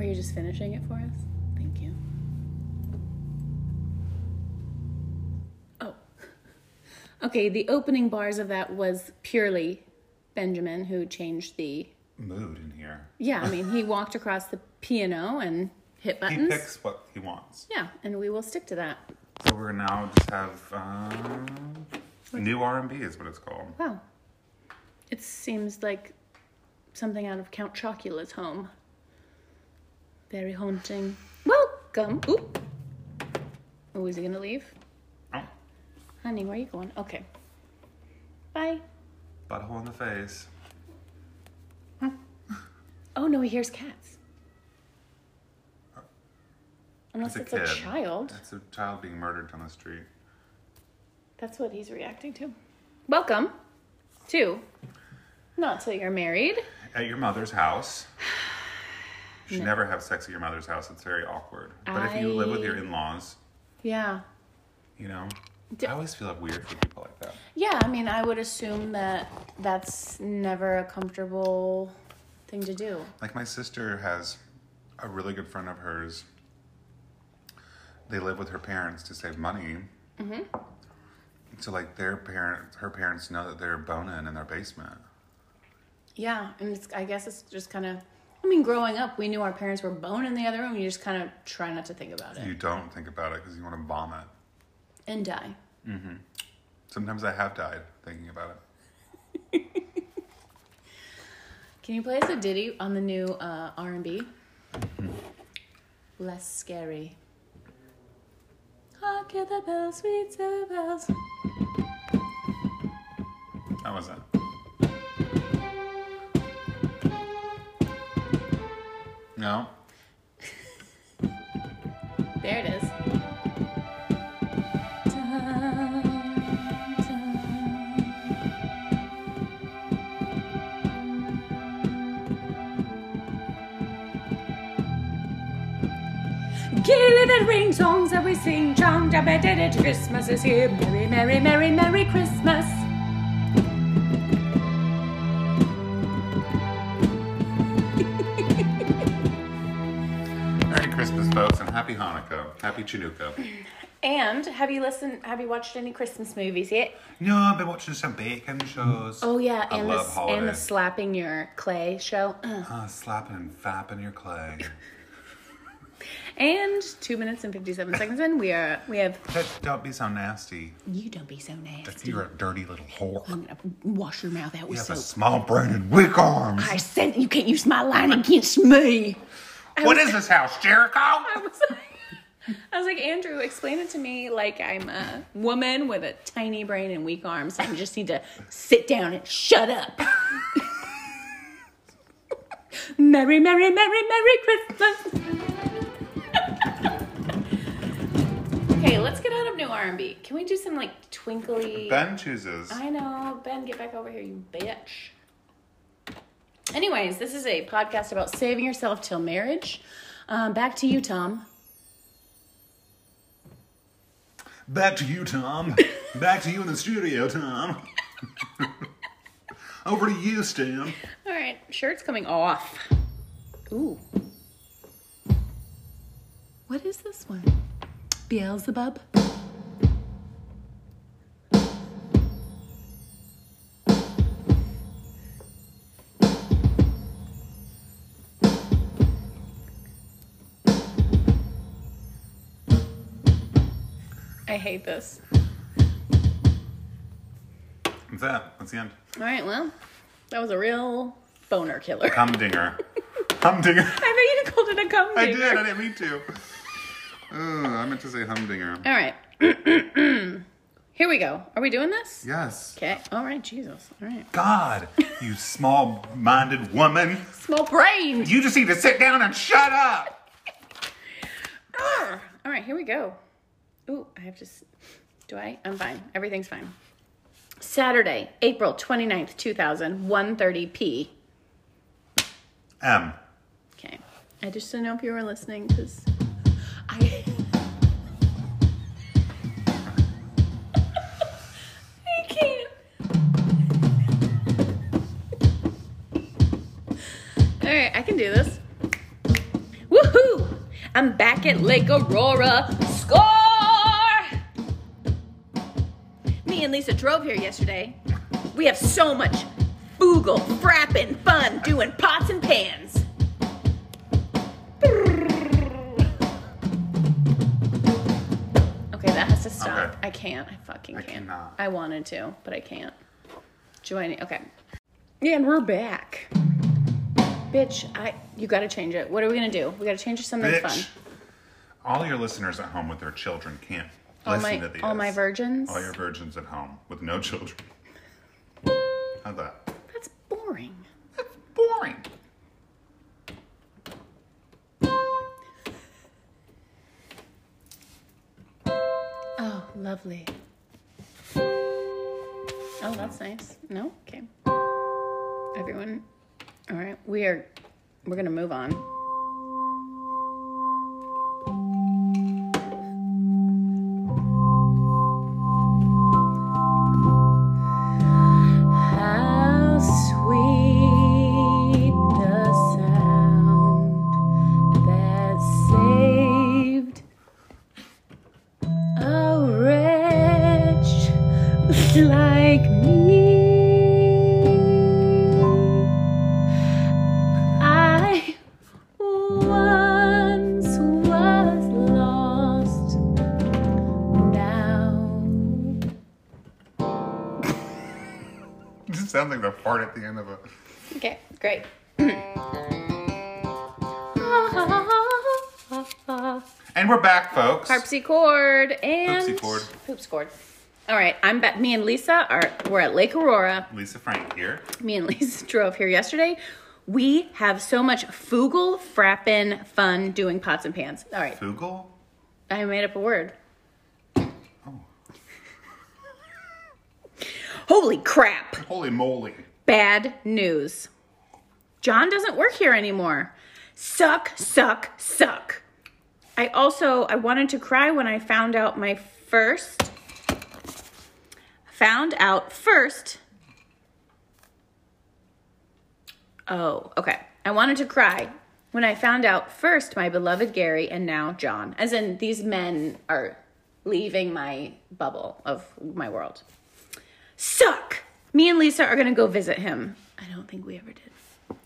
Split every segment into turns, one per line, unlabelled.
you just finishing it for us? Thank you. Oh. Okay, the opening bars of that was purely Benjamin who changed the.
Mood in here.
Yeah, I mean, he walked across the piano and hit
He
buttons.
picks what he wants.
Yeah, and we will stick to that.
So we're now just have um, new R and B is what it's called.
Wow. It seems like something out of Count Chocula's home. Very haunting. Welcome. Oop. Oh, is he gonna leave?
Oh,
Honey, where are you going? Okay. Bye.
butthole in the face.
Oh no, he hears cats. Unless
It's
it's
a
a,
kid.
child.
That's a child being murdered on the street.
That's what he's reacting to. Welcome to Not Till You're Married.
At your mother's house. You should
No.
never have sex at your mother's house. It's very awkward. But if you live with your
I-
in laws,
Yeah.
you know.
D-
I always feel weird for people like that.
Yeah, I mean, I would assume that that's never a comfortable thing to do.
Like my sister has a really good friend of hers. They live with her parents to save money. Mm-hmm. So like their parents, her parents know that they're boning in their basement.
Yeah, and it's, I guess it's just kind of. I mean, growing up, we knew our parents were bone in the other room. You just kind of try not to think about it
You don't think about it because you want to vomit.
and die.
Sometimes I have died thinking about it.
Can you play us a ditty on the new uh, R and B? Less scary. Hark at the bells, sweet silver bells.
I wasn't. No.
There it is. Dun, dun. Gaily that ring songs that we sing, chong da ba da da, Christmas is here. Merry, merry, merry, merry Christmas.
Merry Christmas, folks, and Happy Hanukkah. Happy Chanukah.
And have you listened? Have you watched any Christmas movies yet?
No, I've been watching some bacon shows.
Oh yeah,
I
and
love
the and the
holidays.
slapping your clay show,
Ah, slapping and fapping your clay.
and two minutes and fifty seven seconds in, we are we have.
Hey, Don't be so nasty.
You don't be so nasty.
You're a dirty little whore.
I'm gonna wash your mouth out
You
with
have a
soap.
small brain and weak arms.
I said you can't use my line against me.
What is this house, Jericho?
I was like, I was like Andrew, explain it to me like I'm a woman with a tiny brain and weak arms. I just need to sit down and shut up. merry, merry, merry, merry Christmas. okay, let's get out of new R&B. Can we do some like twinkly?
Ben chooses.
I know. Ben, get back over here, you bitch. Anyways, this is a podcast about saving yourself till marriage. Um, back to you, Tom.
Back to you, Tom. Back to you in the studio, Tom. Over to you, Stan.
All right, shirt's coming off. Ooh. What is this one? Beelzebub? I hate this.
That's it. That's the end.
All right, well, that was a real boner killer.
Humdinger. Humdinger.
I thought you called it a cum
I
digger.
did. I didn't mean to. Ugh, I meant to say humdinger.
All right. Here we go. Are we doing this?
Yes.
Okay. All right, Jesus. All right.
God, you small-minded woman.
Small brain.
You just need to sit down and shut up.
All right, here we go. Ooh, I have to. s- Do I? I'm fine. Everything's fine. Saturday, April 29th, 2000, 1:30 p.
M.
Okay. I just didn't know if you were listening because I. I can't. All right, I can do this. Woo I'm back at Lake Aurora. Score! Me and Lisa drove here yesterday. We have so much boogle, frappin' fun doing pots and pans. Okay, that has to stop.
Okay.
I can't. I fucking
I
can't.
cannot.
I wanted to, but I can't. Joining. Okay. Yeah, and we're back. Bitch, I you gotta change it. What are we gonna do? We gotta change it to something fun.
Bitch. All your listeners at home with their children can't
All
listen
my
to these.
all my virgins.
All your virgins at home with no children. How's that?
That's boring.
That's boring.
Oh, lovely. Oh, that's nice. No? Okay. Everyone. All right. We are we're going to move on. How sweet the sound that saved a wretch like me. I once was lost, now
It just sounds like the fart at the end of a.
Okay, great.
And we're back, folks.
Harpsichord and
Poopsichord.
Poopsichord. All right, I'm back. Me and Lisa are we're at Lake Aurora.
Lisa Frank here.
Me and Lisa drove here yesterday. We have so much fugal frappin' fun doing pots and pans. All right,
Google.
I made up a word.
Oh,
Holy crap!
holy moly!
Bad news. John doesn't work here anymore. Suck, suck, suck. I also I wanted to cry when I found out my first found out first. Oh, okay. I wanted to cry when I found out first my beloved Gary and now John. As in these men are leaving my bubble of my world suck. Me and Lisa are going to go visit him. I don't think we ever did.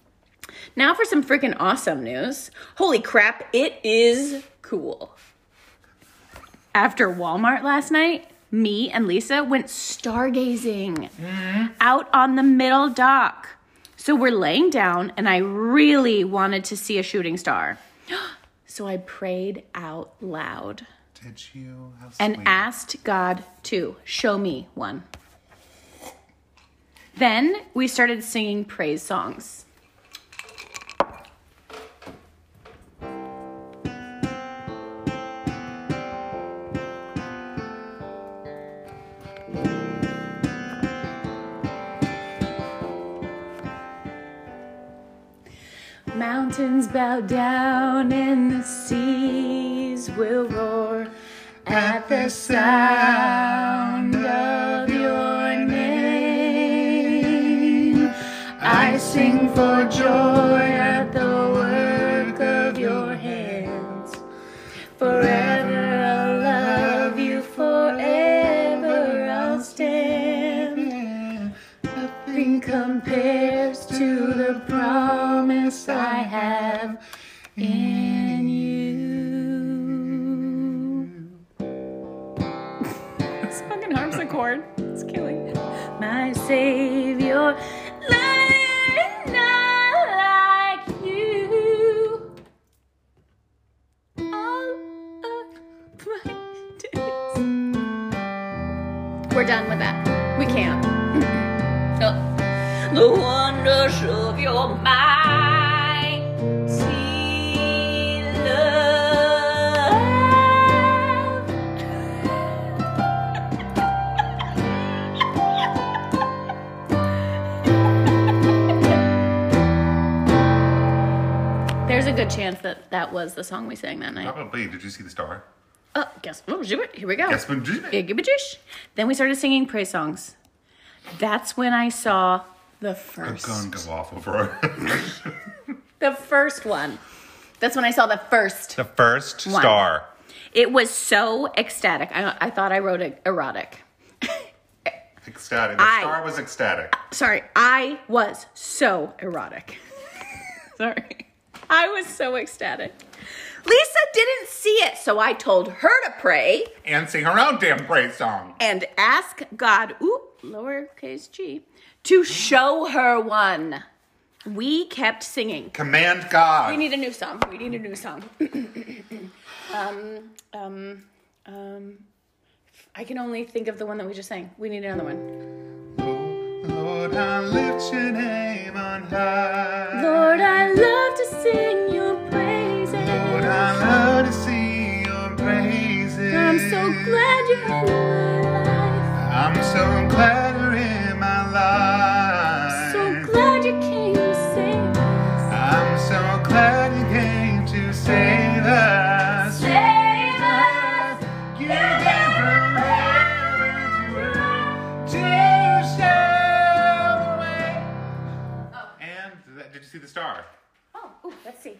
Now for some freaking awesome news. Holy crap, it is cool. After Walmart last night, me and Lisa went stargazing out on the middle dock. So we're laying down, and I really wanted to see a shooting star. So I prayed out loud
Did you? How
and
sweet.
asked God to show me one. Then we started singing praise songs. Mountains bow down and the seas will roar at the sound of your name. I sing for joy at the work of your hands. Forever I'll love you, forever I'll stand. Nothing compares to the promise I have in you. It's fucking harpsichord. It's killing it. My savior, there is none like you. All of my days. We're done with that. We can't. The wonders of your mighty love. There's a good chance that that was the song we sang that night.
Probably. Did you see the star?
Oh, guess oh, shoot, here we go.
Yes, but did you-
Iggy-bajish. Then we started singing praise songs. That's when I saw the
A
first.
gun go off over. our-
The first one. That's when I saw the first.
The first
One.
star.
It was so ecstatic. I, I thought I wrote it erotic.
Ecstatic. The
I-
star was ecstatic.
Sorry, I was so erotic. Sorry. I was so ecstatic. Lisa didn't see it, so I told her to pray
And sing her own damn praise song.
and ask God, ooh, lowercase g, to show her one. We kept singing.
Command God.
We need a new song. We need a new song. um, um, um, I can only think of the one that we just sang. We need another one.
Oh, Lord, I lift your name on high.
Lord, I love to sing your praises.
Lord, I love to see your praises.
I'm so glad you're in my life.
I'm so glad you're in my life.
So glad you came to save us.
I'm so glad you came to save us.
Save us.
You came from heaven to earth to show the way. And that, did you see the star?
Oh, ooh, let's see.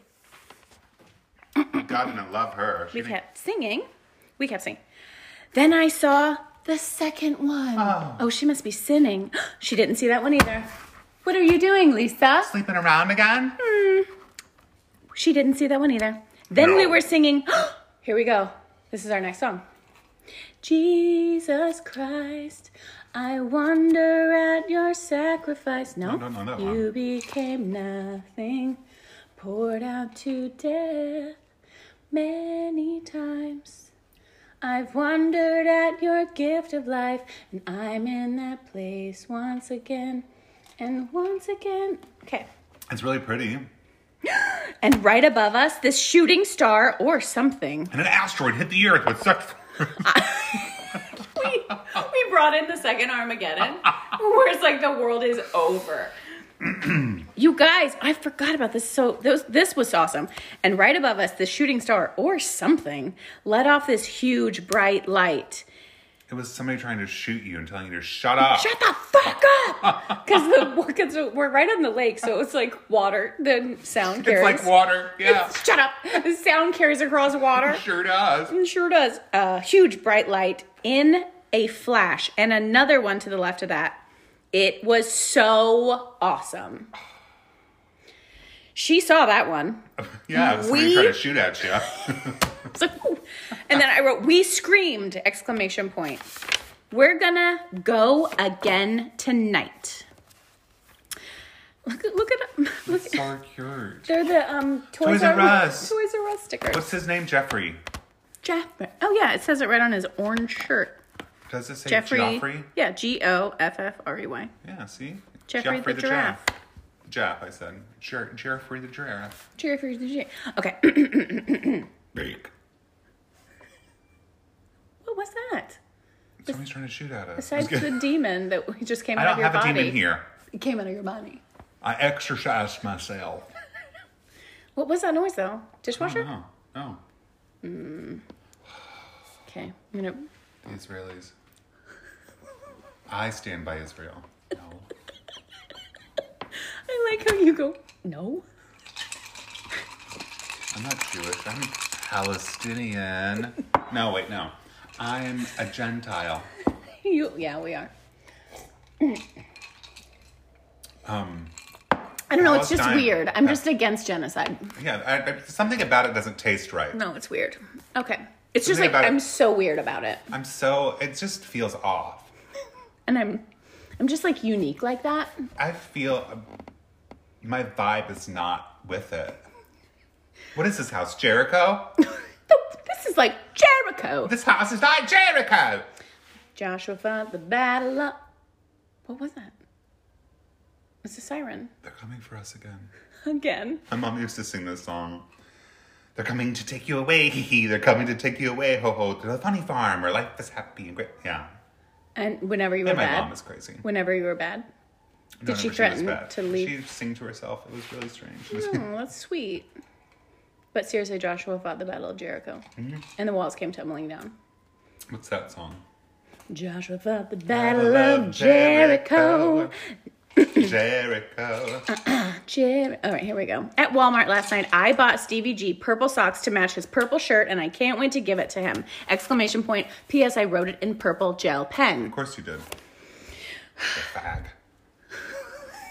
God didn't love her. She
We
didn't-
kept singing. We kept singing. Then I saw the second one.
Oh.
she must be sinning. She didn't see that one either. What are you doing, Lisa?
Sleeping around again?
She didn't see that one either. Then we
No.
were singing. Here we go. This is our next song. Jesus Christ, I wonder at your sacrifice. No,
No, no, um. no, no.
you became nothing, poured out to death many times. I've wondered at your gift of life, and I'm in that place once again, and once again. Okay.
It's really pretty. And
And right above us, this shooting star or something.
an asteroid hit the Earth with such.
We, we brought in the second Armageddon, where it's like the world is over. you guys, I forgot about this. So those, this was awesome. And right above us, this shooting star or something let off this huge bright light.
It was somebody trying to shoot you and telling you to shut up.
Shut the fuck up! Because the because we're right on the lake, so it's like water. The sound
it's
carries.
like water. Yeah.
Shut up! The sound carries across water.
sure does.
It sure does. A huge bright light in a flash, and another one to the left of that. It was so awesome. She saw that one.
Yeah, it was somebody
We-
trying to shoot at you.
It's like, "Ooh." and then I wrote, "We screamed!" Exclamation point. We're gonna go again tonight. Look, at look at look. at-
so cute.
They're the um Toys,
Toys R
R
Us.
Toys R Us stickers.
What's his name? Jeffrey.
Jeffrey. Oh yeah, it says it right on his orange shirt.
Does it say
Jeffrey.
Jeffrey?
Yeah, G O F F R E Y.
Yeah, see?
Jeffrey the
Giraffe. Jeff, I said. Jer- Jeffrey the giraffe.
Jeffrey the G. Okay,
Big.
what was that?
Somebody's trying to shoot at us.
Besides
Just kidding.
the demon that we just came
I
out of
don't
your
have
body.
a demon here.
It came out of your body.
I exercised myself.
What was that noise though? Dishwasher.
No, Oh, no.
Okay, I'm gonna.
The Israelis. I stand by Israel. No.
I like how you go. No.
I'm not Jewish. I'm Palestinian. No, wait, no. I'm a Gentile.
You. Yeah, we are.
Um,
I don't know. It's just
Palestine. Uh,
weird. I'm just against genocide.
yeah, I, I, something about it doesn't taste right.
No, it's weird. Okay. It's just
Something
like
about it-
I'm so weird about it,
I'm so, it just feels off.
and I'm, I'm just like unique like that.
I feel um, my vibe is not with it. What is this house, Jericho?
This is like Jericho.
This house is not Jericho!
Joshua fought the battle up. What was that? It's a siren.
They're coming for us again.
Again.
My mom used to sing this song. They're coming to take you away, hee hee. They're coming to take you away, ho ho. To the funny farm where life is happy and great. Yeah.
And whenever you were
And my
bad.
mom is crazy.
Whenever you were bad. Did she
was
threaten
bad.
to leave?
She sang to herself. It was really strange. It was-
Oh, that's sweet. But seriously, Joshua fought the battle of Jericho.
Mm-hmm.
And the walls came tumbling down.
What's that song?
Joshua fought the battle of Jericho.
Jericho.
Jerry. All right, here we go. At Walmart last night, I bought Stevie G purple socks to match his purple shirt, and I can't wait to give it to him! Exclamation point. P.S. I wrote it in purple gel pen.
Of course you did. The fag.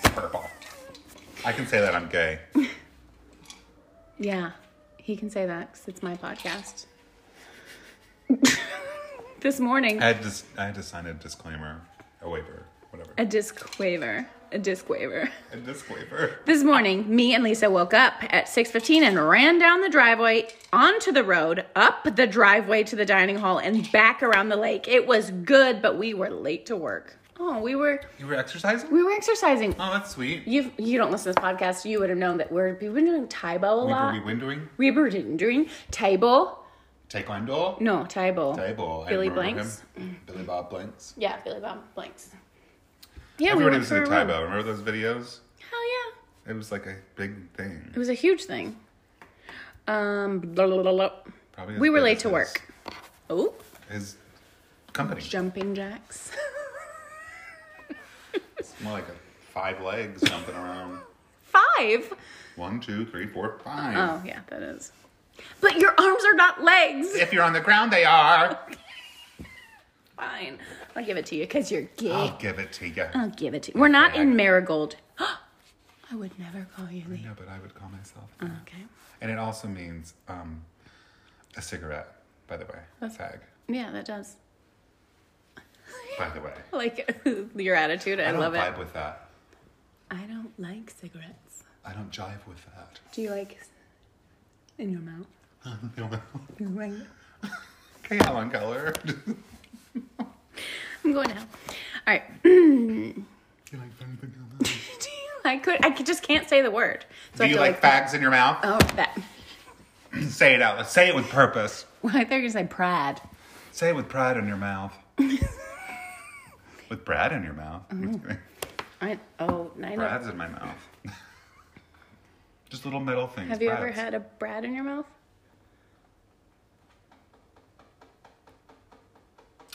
Purple. I can say that I'm gay.
Yeah, he can say that because it's my podcast. this morning,
I had to, I had to sign a disclaimer, a waiver, whatever.
a disc waiver. A disc waiver.
A disclaimer.
This morning, me and Lisa woke up at 6:15 and ran down the driveway onto the road, up the driveway to the dining hall and back around the lake. It was good, but we were late to work. Oh, we were
You were exercising?
we were exercising.
Oh, that's sweet.
You you don't listen to this podcast, you would have known that we're we've been doing Taibo a
We were we
lot.
windowing?
We were doing Taibo.
Taekwondo?
No, Taibo.
Table. I
Billy
remember
Blanks.
him. Billy Bob Blanks.
Yeah, Billy Bob Blanks. Yeah,
Everybody
went
was
for
into
a run.
Taibo. Remember those videos?
Hell yeah.
It was like a big thing.
It was a huge thing. Um, blah, blah, blah, blah.
Probably as
we were
big
late
as
to
his-
work. Oh,
His company.
jumping jacks.
It's more like a five legs jumping around.
Five.
One, two, three, four, five.
Oh yeah, that is. But your arms are not legs.
If you're on the ground, they are.
Fine, I'll give it to you because you're gay.
I'll give it to you.
I'll give it to you. We're not in
Bag.
Marigold. I would never call you Lee.
No, but I would call myself.
Okay.
And it also means um, a cigarette, by the way. Fag,
Yeah, that does.
by the way.
Like your attitude, I,
I don't
love it.
vibe with that.
I don't like cigarettes.
I don't jive with that.
Do you like in your mouth?
okay, Helen Keller. you
I'm going now. All right.
like anything else?
Do you- I could. I could, just can't say the word. So I
Do you
have to
like fags in your mouth?
Oh, that.
Say it out. loud. Say it with purpose.
Well, I thought you were gonna say pride.
Say it with pride in your mouth. with Brad in your mouth.
I, oh, Mm-hmm. I know.
Brad's in my mouth. Just little middle things.
Have you ever
Brad's.
had a Brad in your mouth?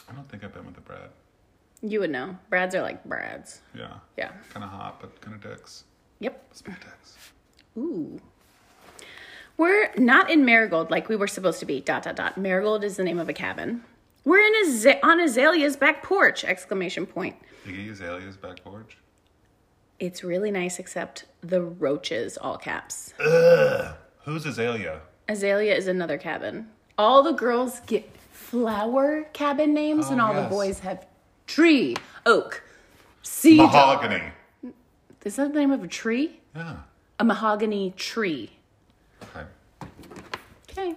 I don't think I've been with a Brad.
You would know. Brads are like Brads.
Yeah.
Yeah.
Kind of hot, but kind of dicks.
Yep.
Small dicks.
Ooh. We're not in Marigold like we were supposed to be. Dot dot dot. Marigold is the name of a cabin. We're in a on Azalea's back porch! Exclamation point.
Iggy Azalea's back porch.
It's really nice, except the roaches. All caps.
Who's Azalea?
Azalea is another cabin. All the girls get flower cabin names, and
Oh,
all the
yes.
boys have tree, oak, cedar.
Mahogany.
is that the name of a tree?
Yeah.
A mahogany tree.
Okay.
Okay.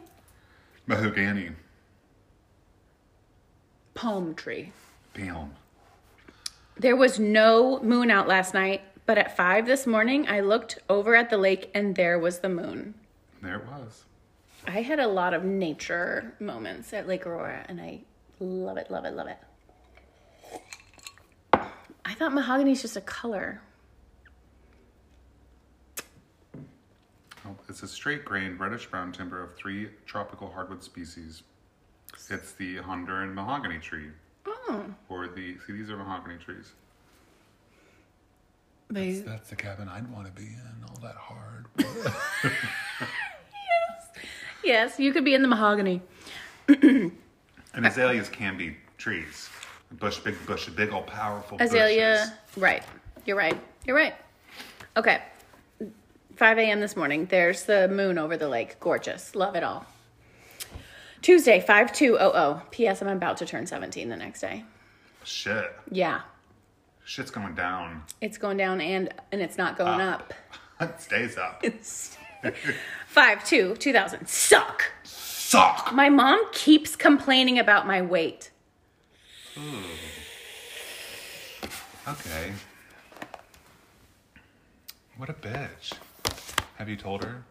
Mahogany.
Palm tree.
Bam.
There was no moon out last night, but at five this morning, I looked over at the lake and there was the moon.
There it was.
I had a lot of nature moments at Lake Aurora, and I love it, love it, love it. I thought mahogany's just a color.
Oh, It's a straight grained reddish brown timber of three tropical hardwood species. It's the Honduran mahogany tree,
Oh,
or the see these are mahogany trees.
they
That's the cabin I'd want to be in. All that hard.
Yes, you could be in the mahogany.
and azaleas can be trees, bush, big bush, big old powerful.
Azalea,
bushes.
right. You're right. You're right. Okay. 5 a.m. this morning. There's the moon over the lake. Gorgeous. Love it all. Tuesday, 5200. P.S. I'm about to turn 17 the next day.
Shit,
Yeah.
shit's going down.
It's going down and and it's not going
Ah.
up.
It stays up.
5 2 2000. Suck.
Suck.
My mom keeps complaining about my weight.
Okay. What a bitch. Have you told her?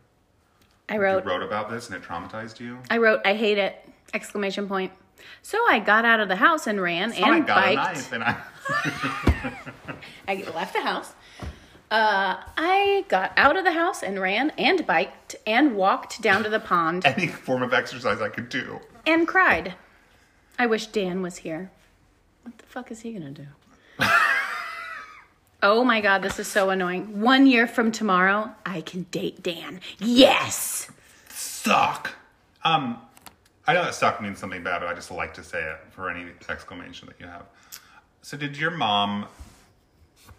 I wrote
You wrote about this and it traumatized you.
I wrote, I hate it! Exclamation point. So I got out of the house and ran
oh, I
and
got a
biked.
knife and I.
I left the house. Uh, I got out of the house and ran and biked and walked down to the pond
any form of exercise I could do.
and cried. I wish Dan was here. What the fuck is he gonna do? Oh my god, this is so annoying. One year from tomorrow, I can date Dan. Yes!
Suck. Um, I know that suck means something bad, but I just like to say it for any exclamation that you have. So, did your mom?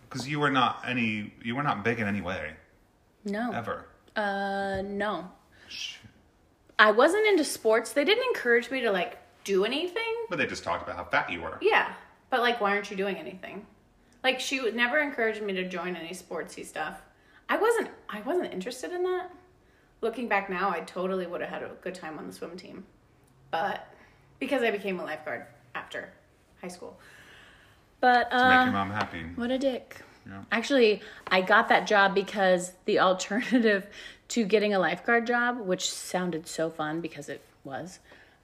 Because you were not any, you were not big in any way
No.
ever.
Uh, no.
Sh-
I wasn't into sports. They didn't encourage me to like do anything.
But they just talked about how fat you were.
Yeah, but like, why aren't you doing anything? Like, she would never encouraged me to join any sportsy stuff. I wasn't. I wasn't interested in that. Looking back now, I totally would have had a good time on the swim team, but because I became a lifeguard after high school. But
Make
uh,
your mom happy.
what a dick.
Yeah.
Actually, I got that job because the alternative to getting a lifeguard job, which sounded so fun because it was,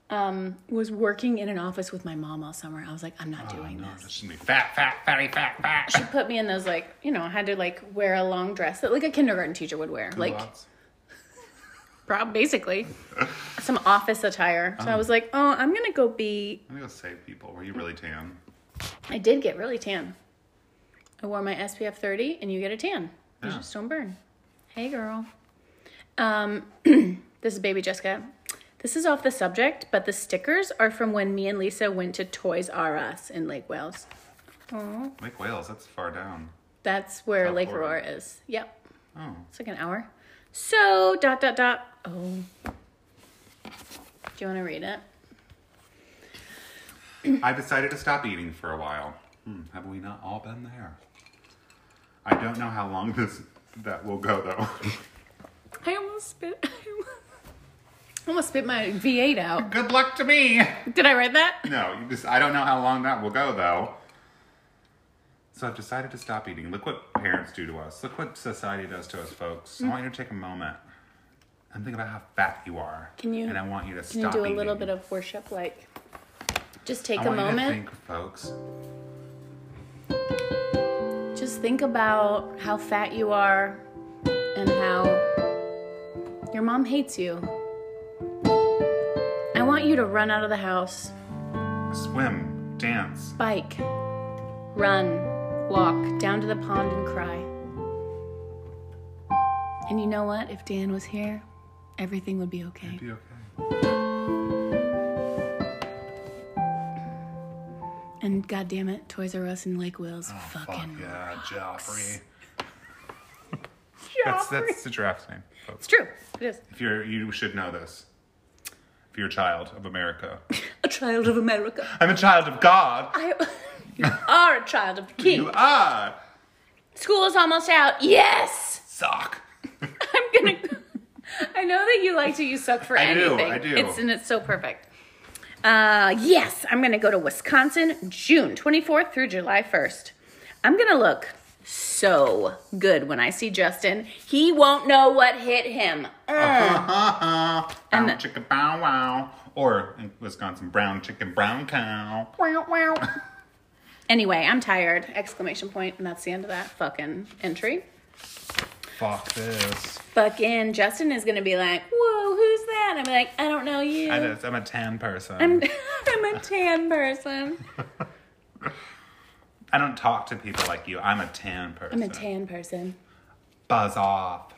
um, was working in an office with my mom all summer. I was like, I'm not
Oh,
doing
no,
this.
this should be fat, fat, fatty, fat,
She
fat.
put me in those like, you know, I had to like wear a long dress that like a kindergarten teacher would wear, like
Lots.
prob- basically some office attire.
Um.
So I was like, oh, I'm gonna go be.
Let me go save people. Were you really tan?
I did get really tan. I wore my SPF 30, and you get a tan. You
Yeah.
just don't burn. Hey, girl. Um, this is baby Jessica. This is off the subject, but the stickers are from when me and Lisa went to Toys R Us in Lake Wales.
Lake Wales, that's far down.
That's where
South
Lake
Florida.
Aurora is. Yep.
Oh.
It's like an hour. So dot dot dot. Oh. Do you want to read it?
I decided to stop eating for a while. Hmm, have we not all been there? I don't know how long this that will go though.
I almost spit. I almost spit my V8 out.
Good luck to me.
Did I write that?
No, you just I don't know how long that will go though. So I've decided to stop eating. Look what parents do to us. Look what society does to us, folks. I want you to take a moment and think about how fat you are.
Can you-
And I want you to
Can you
stop
do a little
eating.
bit of worship, like just take
I
a
want you to
moment,
think, folks.
just think about how fat you are and how your mom hates you. I want you to run out of the house,
Swim, dance.
bike, run, walk down to the pond and cry. And you know what? If Dan was here, everything would be okay.
Be okay.
And God damn it, Toys R Us in Lake Wales
Oh, Fuck
fucking
yeah, Joffrey. That's
That's,
that's the giraffe's name, folks.
It's true. It is.
If you're, you should know this. If you're a child of America,
A child of America.
I'm a child of God.
I, you are a child of the
You
king.
are
School is almost out. Yes!
sock.
I'm gonna. I know that you like to use suck for
I do,
anything.
I do.
It's, and it's so perfect. Uh, yes, I'm gonna go to Wisconsin June 24th through July 1st. I'm gonna look so good when I see Justin. He won't know what hit him.
Brown
And the-
chicken bow wow, or in Wisconsin, brown chicken brown cow.
Wow, wow. Anyway, I'm tired! Exclamation point, and that's the end of that fucking entry.
Fuck this.
Fucking Justin is gonna be like, "Whoa, who's that?" I'm like, "I don't know you.
I
I'm,
just, I'm a tan person.
I'm a tan person.
I don't talk to people like you. I'm a tan person.
I'm a tan person.
Buzz off.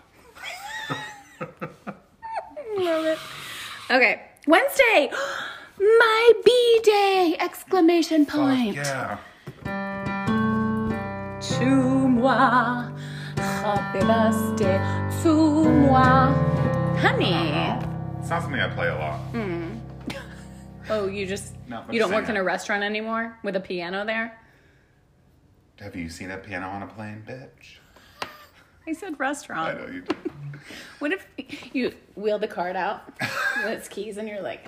Love it. Okay, Wednesday, my B day! Exclamation
Fuck
point.
yeah.
To moi, happy birthday to moi, honey.
It's not something I play a lot.
Oh, you just
No, I'm
you don't work
saying
in
it.
a restaurant anymore with a piano there.
Have you seen a piano on a plane, bitch?
I said
I
restaurant.
know you do.
What if you wheel the card out and it's keys and you're like,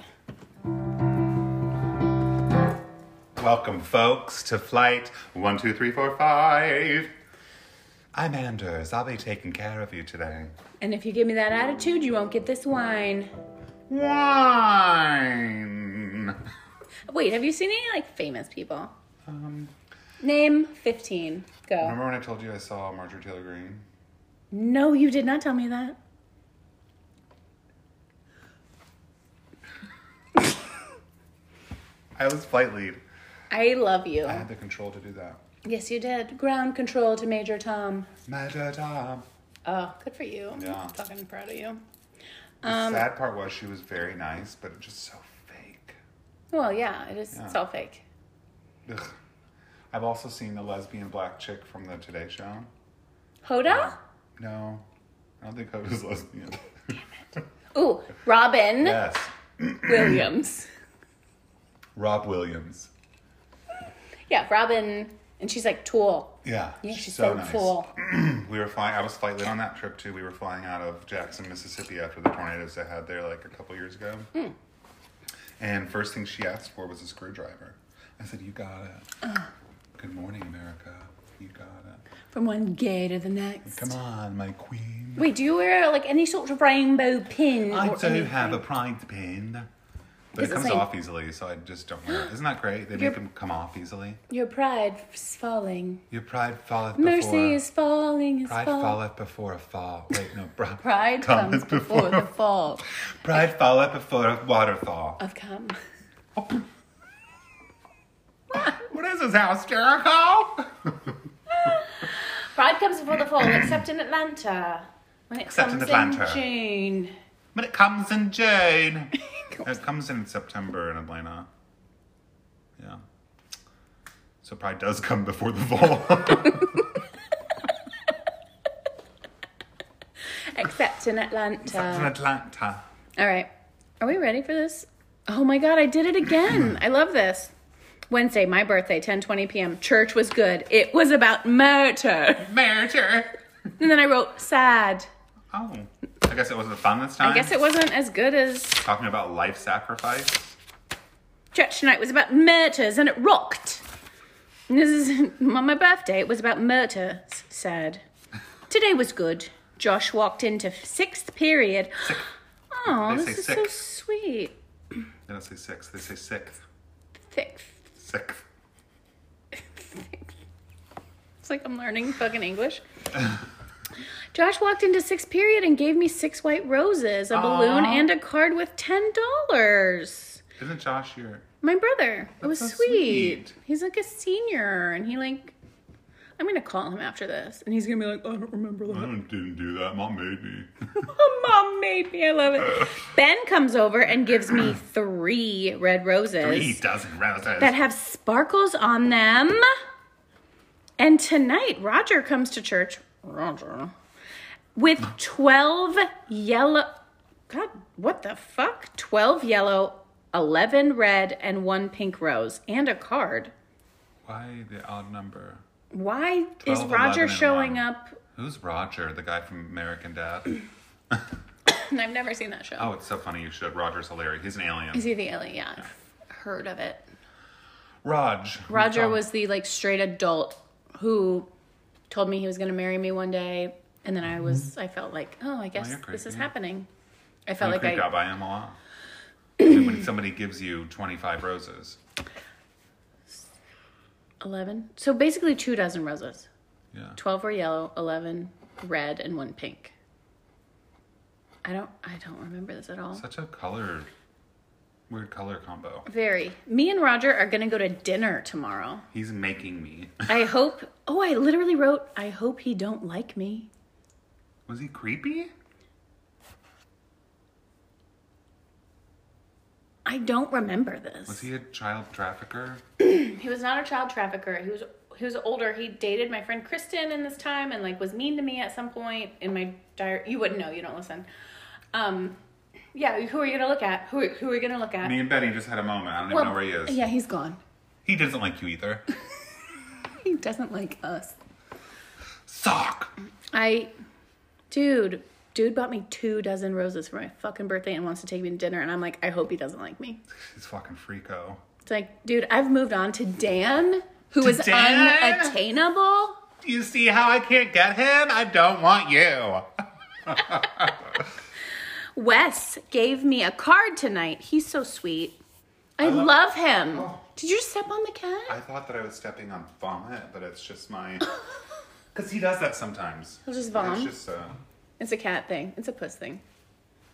Welcome, folks, to flight one, two, three, four, five. I'm Anders. I'll be taking care of you today.
and if you give me that attitude, you won't get this wine.
Wine.
Wait, have you seen any like famous people?
Um,
Name 15. Go.
remember when I told you I saw Marjorie Taylor Greene?
No, you did not tell me that.
I was flight lead
I love you.
I had the control to do that.
yes, you did. Ground control to Major Tom.
Major Tom.
Oh, good for you.
Yeah.
I'm fucking proud of you.
The sad part was she was very nice, but it just so fake.
Well, yeah, it is. It's
Yeah.
all fake.
Ugh. I've also seen the lesbian black chick from the Today Show.
Hoda?
No, I don't think I was lesbian.
Ooh, Robin
yes,
Williams.
Rob Williams.
Yeah, Robin. And she's like tall.
Yeah,
Yeah, she's so, tall.
we were flying. I was flight late on that trip too. We were flying out of Jackson, Mississippi, after the tornadoes they had there like a couple years ago.
Hmm.
And first thing she asked for was a screwdriver. I said, "You got it." Good morning, America. You got it.
From one gay to the next.
Come on, my queen.
Wait, do you wear like any sort of rainbow pin?
I
or
do
anything?
have a pride pin, but
Is
it
it
comes
saying-
off easily, so I just don't wear it. Isn't that great? They
Your-
make them come off easily.
Your pride is falling.
Your pride falleth before.
Mercy is falling. Is
Pride
fall-
falleth before a fall. Wait, no, bri-
Pride comes before the fall.
Pride falleth before a waterfall.
I've come.
What is this house, Jericho?
Pride comes before the fall, except in Atlanta. When it
Except in
comes
Atlanta.
in June.
But it comes in June. it comes in September in Atlanta. Yeah. So pride does come before the fall.
Except in Atlanta.
That's in Atlanta.
All right. Are we ready for this? Oh my god, I did it again. I love this. Wednesday, my birthday, 10:20 p.m. Church was good. It was about murder.
Merger.
And then I wrote sad.
Oh. I guess it wasn't fun this time.
I guess it wasn't as good as
Talking about life sacrifice.
church tonight was about murders and it rocked. And this is on my birthday. It was about murder. S- Sad. Today was good. Josh walked into sixth period. Oh,
They
this
say
is
sixth.
so sweet.
They don't say six, they say sixth.
Sixth.
Sixth.
It's like I'm learning fucking English. Josh walked into sixth period and gave me six white roses, a balloon,
Aw.
and a card with ten dollars.
Isn't Josh your
My brother. It was
so
sweet.
sweet.
He's like a senior, and he like. I'm gonna call him after this, and he's gonna be like, "I don't remember
I
that."
don't- didn't do that. Mom made me.
Oh, Mom made me. I love it. Ben comes over and gives me three red roses.
Three dozen roses.
that have sparkles on them. And tonight, Roger comes to church. Roger. With 12 yellow. God, what the fuck? 12 yellow, 11 red, and one pink rose, and a card.
Why the odd number?
Why
12,
is
11,
Roger
and
showing
one.
up?
Who's Roger, the guy from American Dad?
And I've never seen that show.
Oh, it's so funny you should. Roger's hilarious. He's an alien.
Is he the alien? Yeah, I've heard of it.
Raj.
Roger
Oh,
was the like straight adult who told me he was going to marry me one day, and then I was I felt like oh I guess
Mm-hmm. you're
this is
creepy.
happening. I
I'm
felt like
creeped
I
out by him a lot. And when somebody gives you 25 roses.
eleven. So basically two dozen roses.
Yeah.
Twelve were yellow, eleven red, and one pink. I don't I don't remember this at all.
Such a color, weird color combo.
Very. Me and Roger are going to go to dinner tomorrow.
He's making me.
I hope. Oh, I literally wrote. I hope he don't like me.
Was he creepy?
I don't remember this.
Was he a child trafficker?
He was not a child trafficker. He was he was older. He dated my friend Kristen in this time and like was mean to me at some point in my diary. You wouldn't know. You don't listen. Um, yeah. Who are you gonna look at? Who are- who are you gonna look at?
Me and Betty just had a moment. I don't even know where he is.
Yeah, he's gone.
He doesn't like you either.
He doesn't like us.
Sock.
I, dude, dude bought me two dozen roses for my fucking birthday and wants to take me to dinner. And I'm like, I hope he doesn't like me.
He's fucking freako.
It's like, dude, I've moved on to Dan, who is
Dan?
unattainable.
Do you see how I can't get him? I don't want you.
Wes gave me a card tonight. He's so sweet. I,
love-
love, him.
Oh.
Did you step on the cat?
I thought that I was stepping on vomit, but it's just my. Because he does that sometimes.
He'll just
It's
vom.
just, uh,
It's a cat thing. It's a puss thing.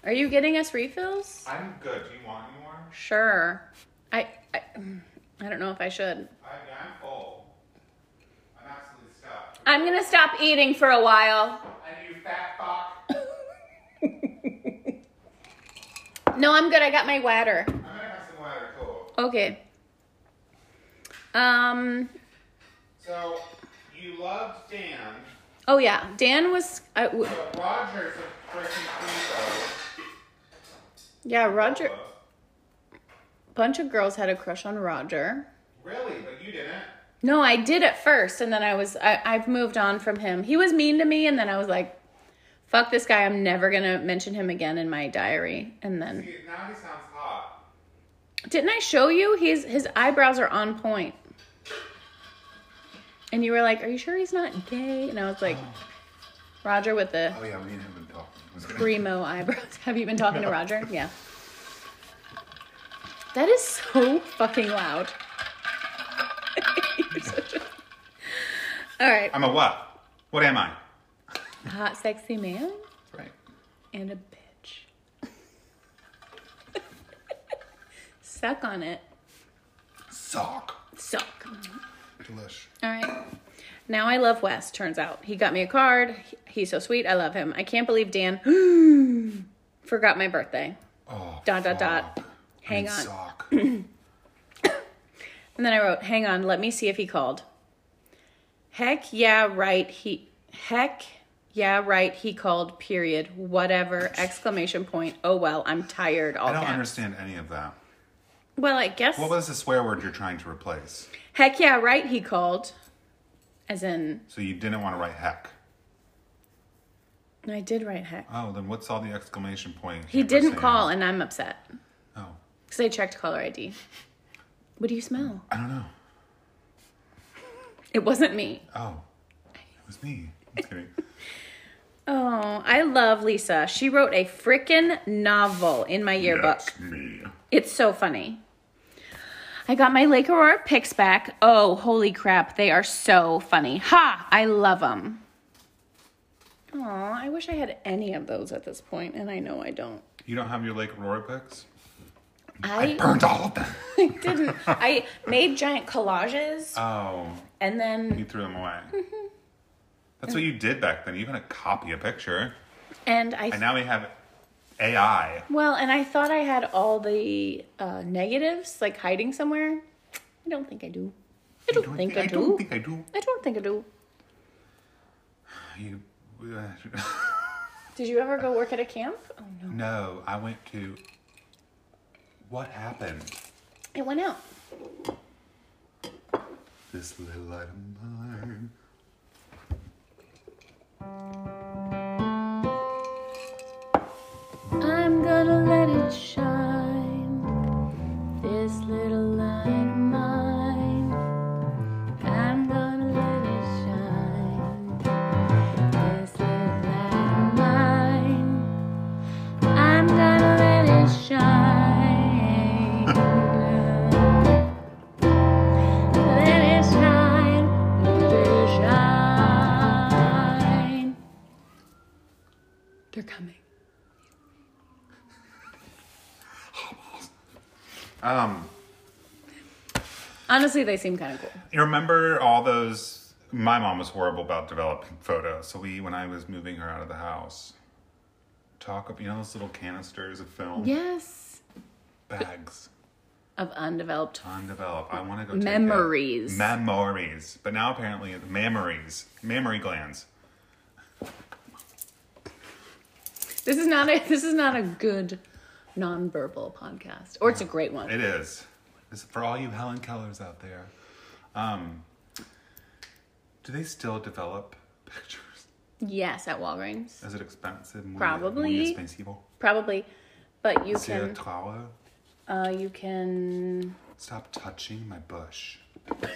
Are you getting us refills?
I'm good. Do you want any more?
Sure. I, I I don't know if I should.
I, I'm full. I'm absolutely stuffed.
I'm gonna stop eating for a while.
And you fat fuck.
No, I'm good. I got my water.
I'm gonna have some water, cool.
Okay. Um.
So, you loved Dan,
Oh yeah, Dan was. I w
but Roger's a freaking
yeah,
creepo.
Roger. Bunch of girls had a crush on Roger.
Really? But you didn't?
No, I did at first, and then I was. I, I've moved on from him. He was mean to me, and then I was like, "Fuck this guy. I'm never gonna mention him again in my diary." And then
See, now he sounds hot.
didn't I show you? His his eyebrows are on point. And you were like, "Are you sure he's not gay?" And I was like, "Roger with the."
Oh, yeah, we didn't have been talking. I was gonna-
Primo eyebrows. Have you been talking to Roger? Yeah. That is so fucking loud. You're such a- All right.
I'm a what? What am I?
Hot, sexy man
Right.
and a bitch. Suck on it.
Sock.
Suck.
Delish.
All right. Now I love Wes, turns out. He got me a card. He- He's so sweet. I love him. I can't believe Dan forgot my birthday.
Oh.
Dot, dot, dot.
fuck.
Hang
I mean,
on.
Sock.
And then I wrote, hang on, let me see if he called. Heck yeah, right, he heck yeah, right, he called, period. Whatever. Exclamation point. Oh well, I'm tired all
I don't
caps.
understand any of that.
Well, I guess
What was the swear word you're trying to replace?
heck yeah, right, he called. As in
So you didn't want to write heck.
I did write heck.
Oh, then what's all the exclamation point?
He didn't call and I'm upset.
Oh,
Because I checked caller ID. What do you smell?
I don't know.
It wasn't me.
Oh, it was me. I'm kidding.
Oh, I love Lisa. She wrote a frickin' novel in my yearbook.
That's me.
It's so funny. I got my Lake Aurora pics back. Oh, holy crap. They are so funny. Ha! I love them. Aw, I wish I had any of those at this point, and I know I don't.
You don't have your Lake Aurora pics?
I
Burned all of them.
didn't. I made giant collages,
Oh,
and then
you threw them away. That's what you did back then. You couldn't copy a picture.
and I
And now we have AI.
well, and I thought I had all the uh, negatives like hiding somewhere. I don't think I do. I don't, think, I,
I
do.
don't think I do.
I don't think I do.
You,
Did you ever go work at a camp? Oh no,
no, I went to. What happened?
it went out.
This little light of mine.
I'm gonna let it shine. This little light of mine. I'm gonna let it shine. This little light of mine. I'm gonna let it shine. let it shine. Let it shine. They're coming.
Um.
Honestly, they seem kind of cool.
You remember all those? My mom was horrible about developing photos. So we, when I was moving her out of the house, talk up, you know, those little canisters of film
Yes.
bags,
Of undeveloped.
undeveloped. I want to go take a-
Memories.
memories. But now apparently it's mammaries, mammary glands.
This is not a. This is not a good nonverbal podcast, or it's a great one.
It is. This is for all you Helen Kellers out there. Um, do they still develop pictures?
Yes, at Walgreens,
Is it expensive? Muy-
Probably.
Muy expensivo.
probably, but you
Sea
can.
Trauer.
Uh, you can.
Stop touching my bush. It's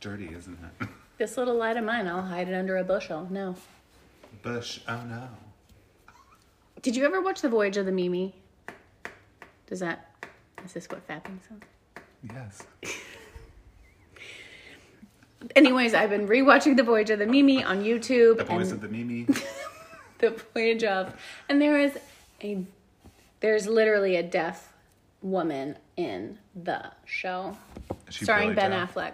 dirty, isn't it?
This little light of mine, I'll hide it under a bushel. No.
Bush, oh no.
Did you ever watch The Voyage of the Mimi? Does that? Is this what fapping sounds?
Yes.
Anyways, I've been rewatching The Voyage of the Mimi on YouTube.
The boys
and-
of the Mimi.
the voyage of and there is a there's literally a deaf woman in the show,
She
starring
really
Ben
did.
Affleck.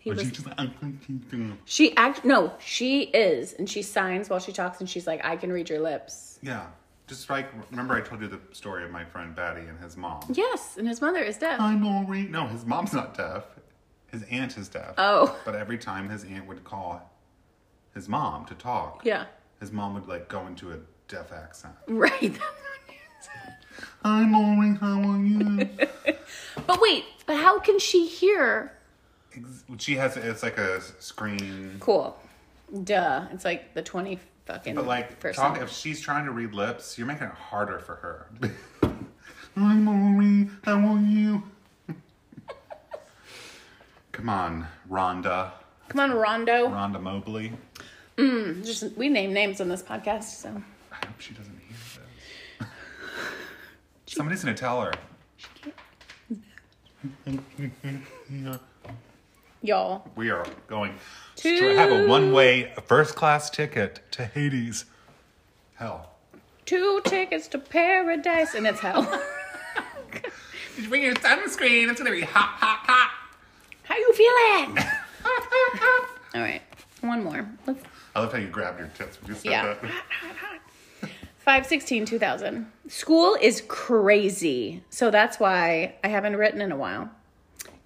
He
But
was.
she just, I'm thinking-
She act no, she is, and she signs while she talks, and she's like, "I can read your lips."
yeah. Just like, remember I told you the story of my friend Batty and his mom.
Yes, and his mother is deaf.
I'm all right. No, his mom's not deaf. His aunt is deaf.
Oh.
But every time his aunt would call his mom to talk,
yeah,
his mom would like go into a deaf accent.
right.
I'm all right. How are you?
but wait, but how can she hear?
Ex- she has it's like a screen.
Cool. Duh. It's like the twenty fucking.
But like,
person.
talk, if she's trying to read lips, you're making it harder for her. I'm all right. How are you? Come on, Rhonda.
Come on, Rondo.
Rhonda Mobley.
Just we name names on this podcast, so
I hope she doesn't hear this. Somebody's gonna tell her.
y'all.
We are going to have a
To-
one-way first-class ticket to Hades. Hell.
Two tickets to paradise, and it's hell.
Did you bring your sunscreen? It's gonna be hot, hot, hot.
how you feeling? All right, one more. Let's
I love how you grabbed your tits when you said
Yeah.
that.
516 2000. School is crazy. So that's why I haven't written in a while.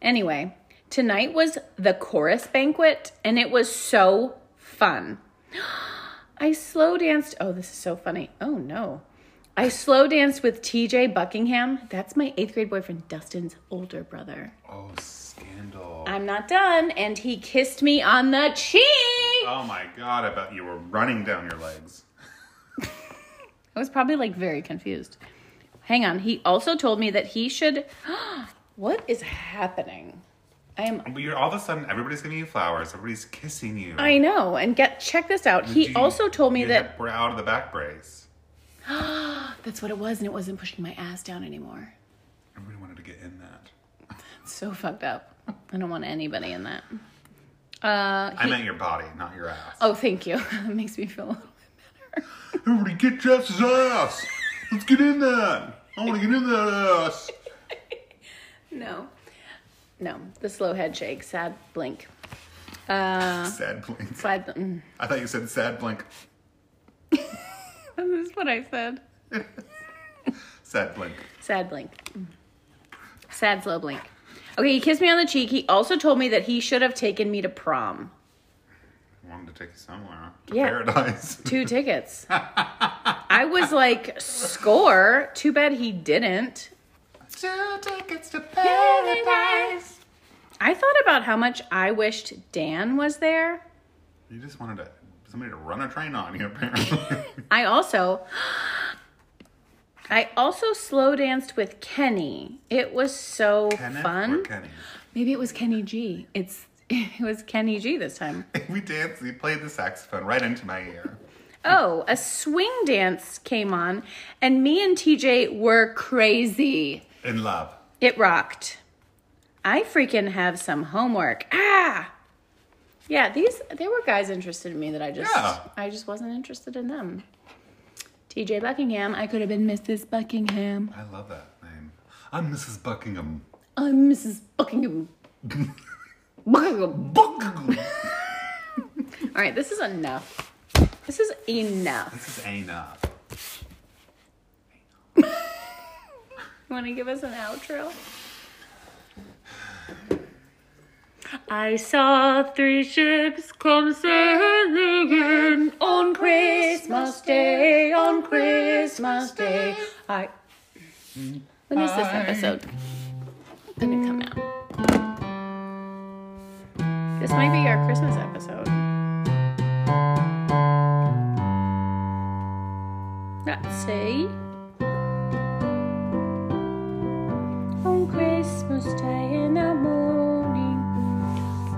Anyway, tonight was the chorus banquet and it was so fun. I slow danced. Oh, this is so funny. Oh no. I slow danced with TJ Buckingham. That's my eighth grade boyfriend, Dustin's older brother.
Oh, scandal.
I'm not done. And he kissed me on the cheek.
Oh my god, I bet you were running down your legs.
I was probably like very confused. Hang on. He also told me that he should. what is happening? I am.
But you're all of a sudden everybody's giving you flowers, everybody's kissing you.
I know. And get check this out.
Do
He
you-
also told me
you
that
We're out of the back brace.
that's what it was, and it wasn't pushing my ass down anymore.
I really wanted to get in that.
It's so fucked up. I don't want anybody in that. Uh.
I meant your body, not your ass.
Oh, thank you. that makes me feel.
Everybody get Jeff's ass! Let's get in that! I wanna get in that ass!
No. No. The slow head shake. Sad blink. Uh-huh.
Sad blink.
Sad. Mm.
I thought you said sad blink.
This is what I said.
Sad blink.
Sad blink. Sad slow blink. Okay, he kissed me on the cheek. He also told me that he should have taken me to prom.
I wanted to take you somewhere. To
Yeah.
paradise.
Two tickets. I was like, score. Too bad he didn't.
Two tickets to
paradise. I thought about how much I wished Dan was there.
You just wanted to, somebody to run a train on you, apparently.
I also I also slow danced with Kenny. It was so
Kenneth Or
fun.
Kenny.
Maybe it was Kenny G. It's it was Kenny G this time.
We danced, we played the saxophone right into my ear.
Oh, a swing dance came on, and me and TJ were crazy.
In love.
It rocked. I freaking have some homework. Ah. Yeah, these there were guys interested in me that I just
Yeah.
I just wasn't interested in them. TJ Buckingham, I could have been Mrs. Buckingham.
I love that name. I'm Mrs. Buckingham.
I'm Mrs. Buckingham. Buckingham.
Buckingham!
All right, this is enough. This is enough.
this is enough.
You want to give us an outro? I saw three ships come sailing in on Christmas Day, on Christmas Day. I. When is this
I-
episode gonna come out? This might be our Christmas episode. Let's see. on Christmas Day in the morning.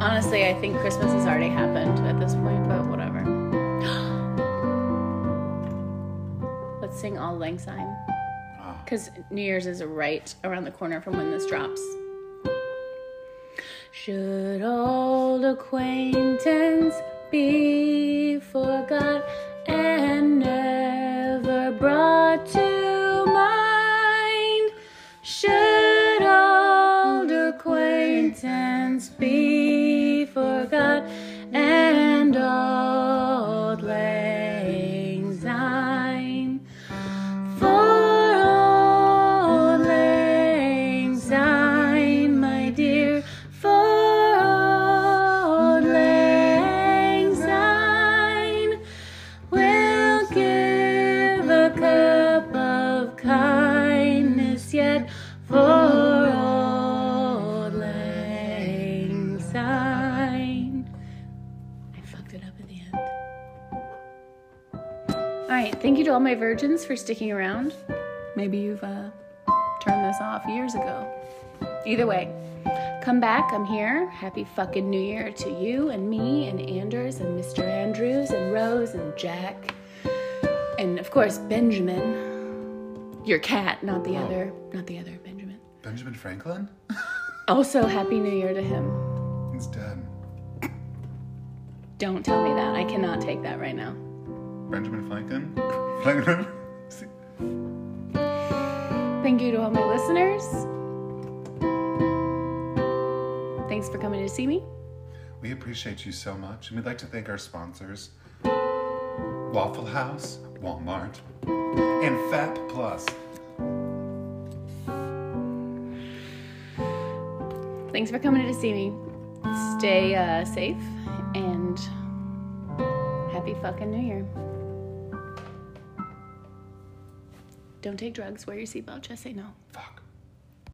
Honestly, I think Christmas has already happened at this point, but whatever. Let's sing All Lang Syne.
Ah.
Because New Year's is right around the corner from when this drops. Should old acquaintance be forgot and never brought to mind? Should right. Thank you to all my virgins for sticking around. Maybe you've uh, turned this off years ago. Either way, come back. I'm here. Happy fucking New Year to you and me and Anders and Mr. Andrews and Rose and Jack. And of course, Benjamin. Your cat, not the other, not the other Benjamin.
Benjamin Franklin?
Also, happy New Year to him.
He's dead.
Don't tell me that. I cannot take that right now.
Benjamin Franklin? Franklin?
Thank you to all my listeners. Thanks for coming to see me.
We appreciate you so much, and we'd like to thank our sponsors Waffle House, Walmart, and FAP Plus.
Thanks for coming to see me. Stay uh, safe and happy fucking New Year. Don't take drugs. Wear your seatbelt. Just say no.
Fuck.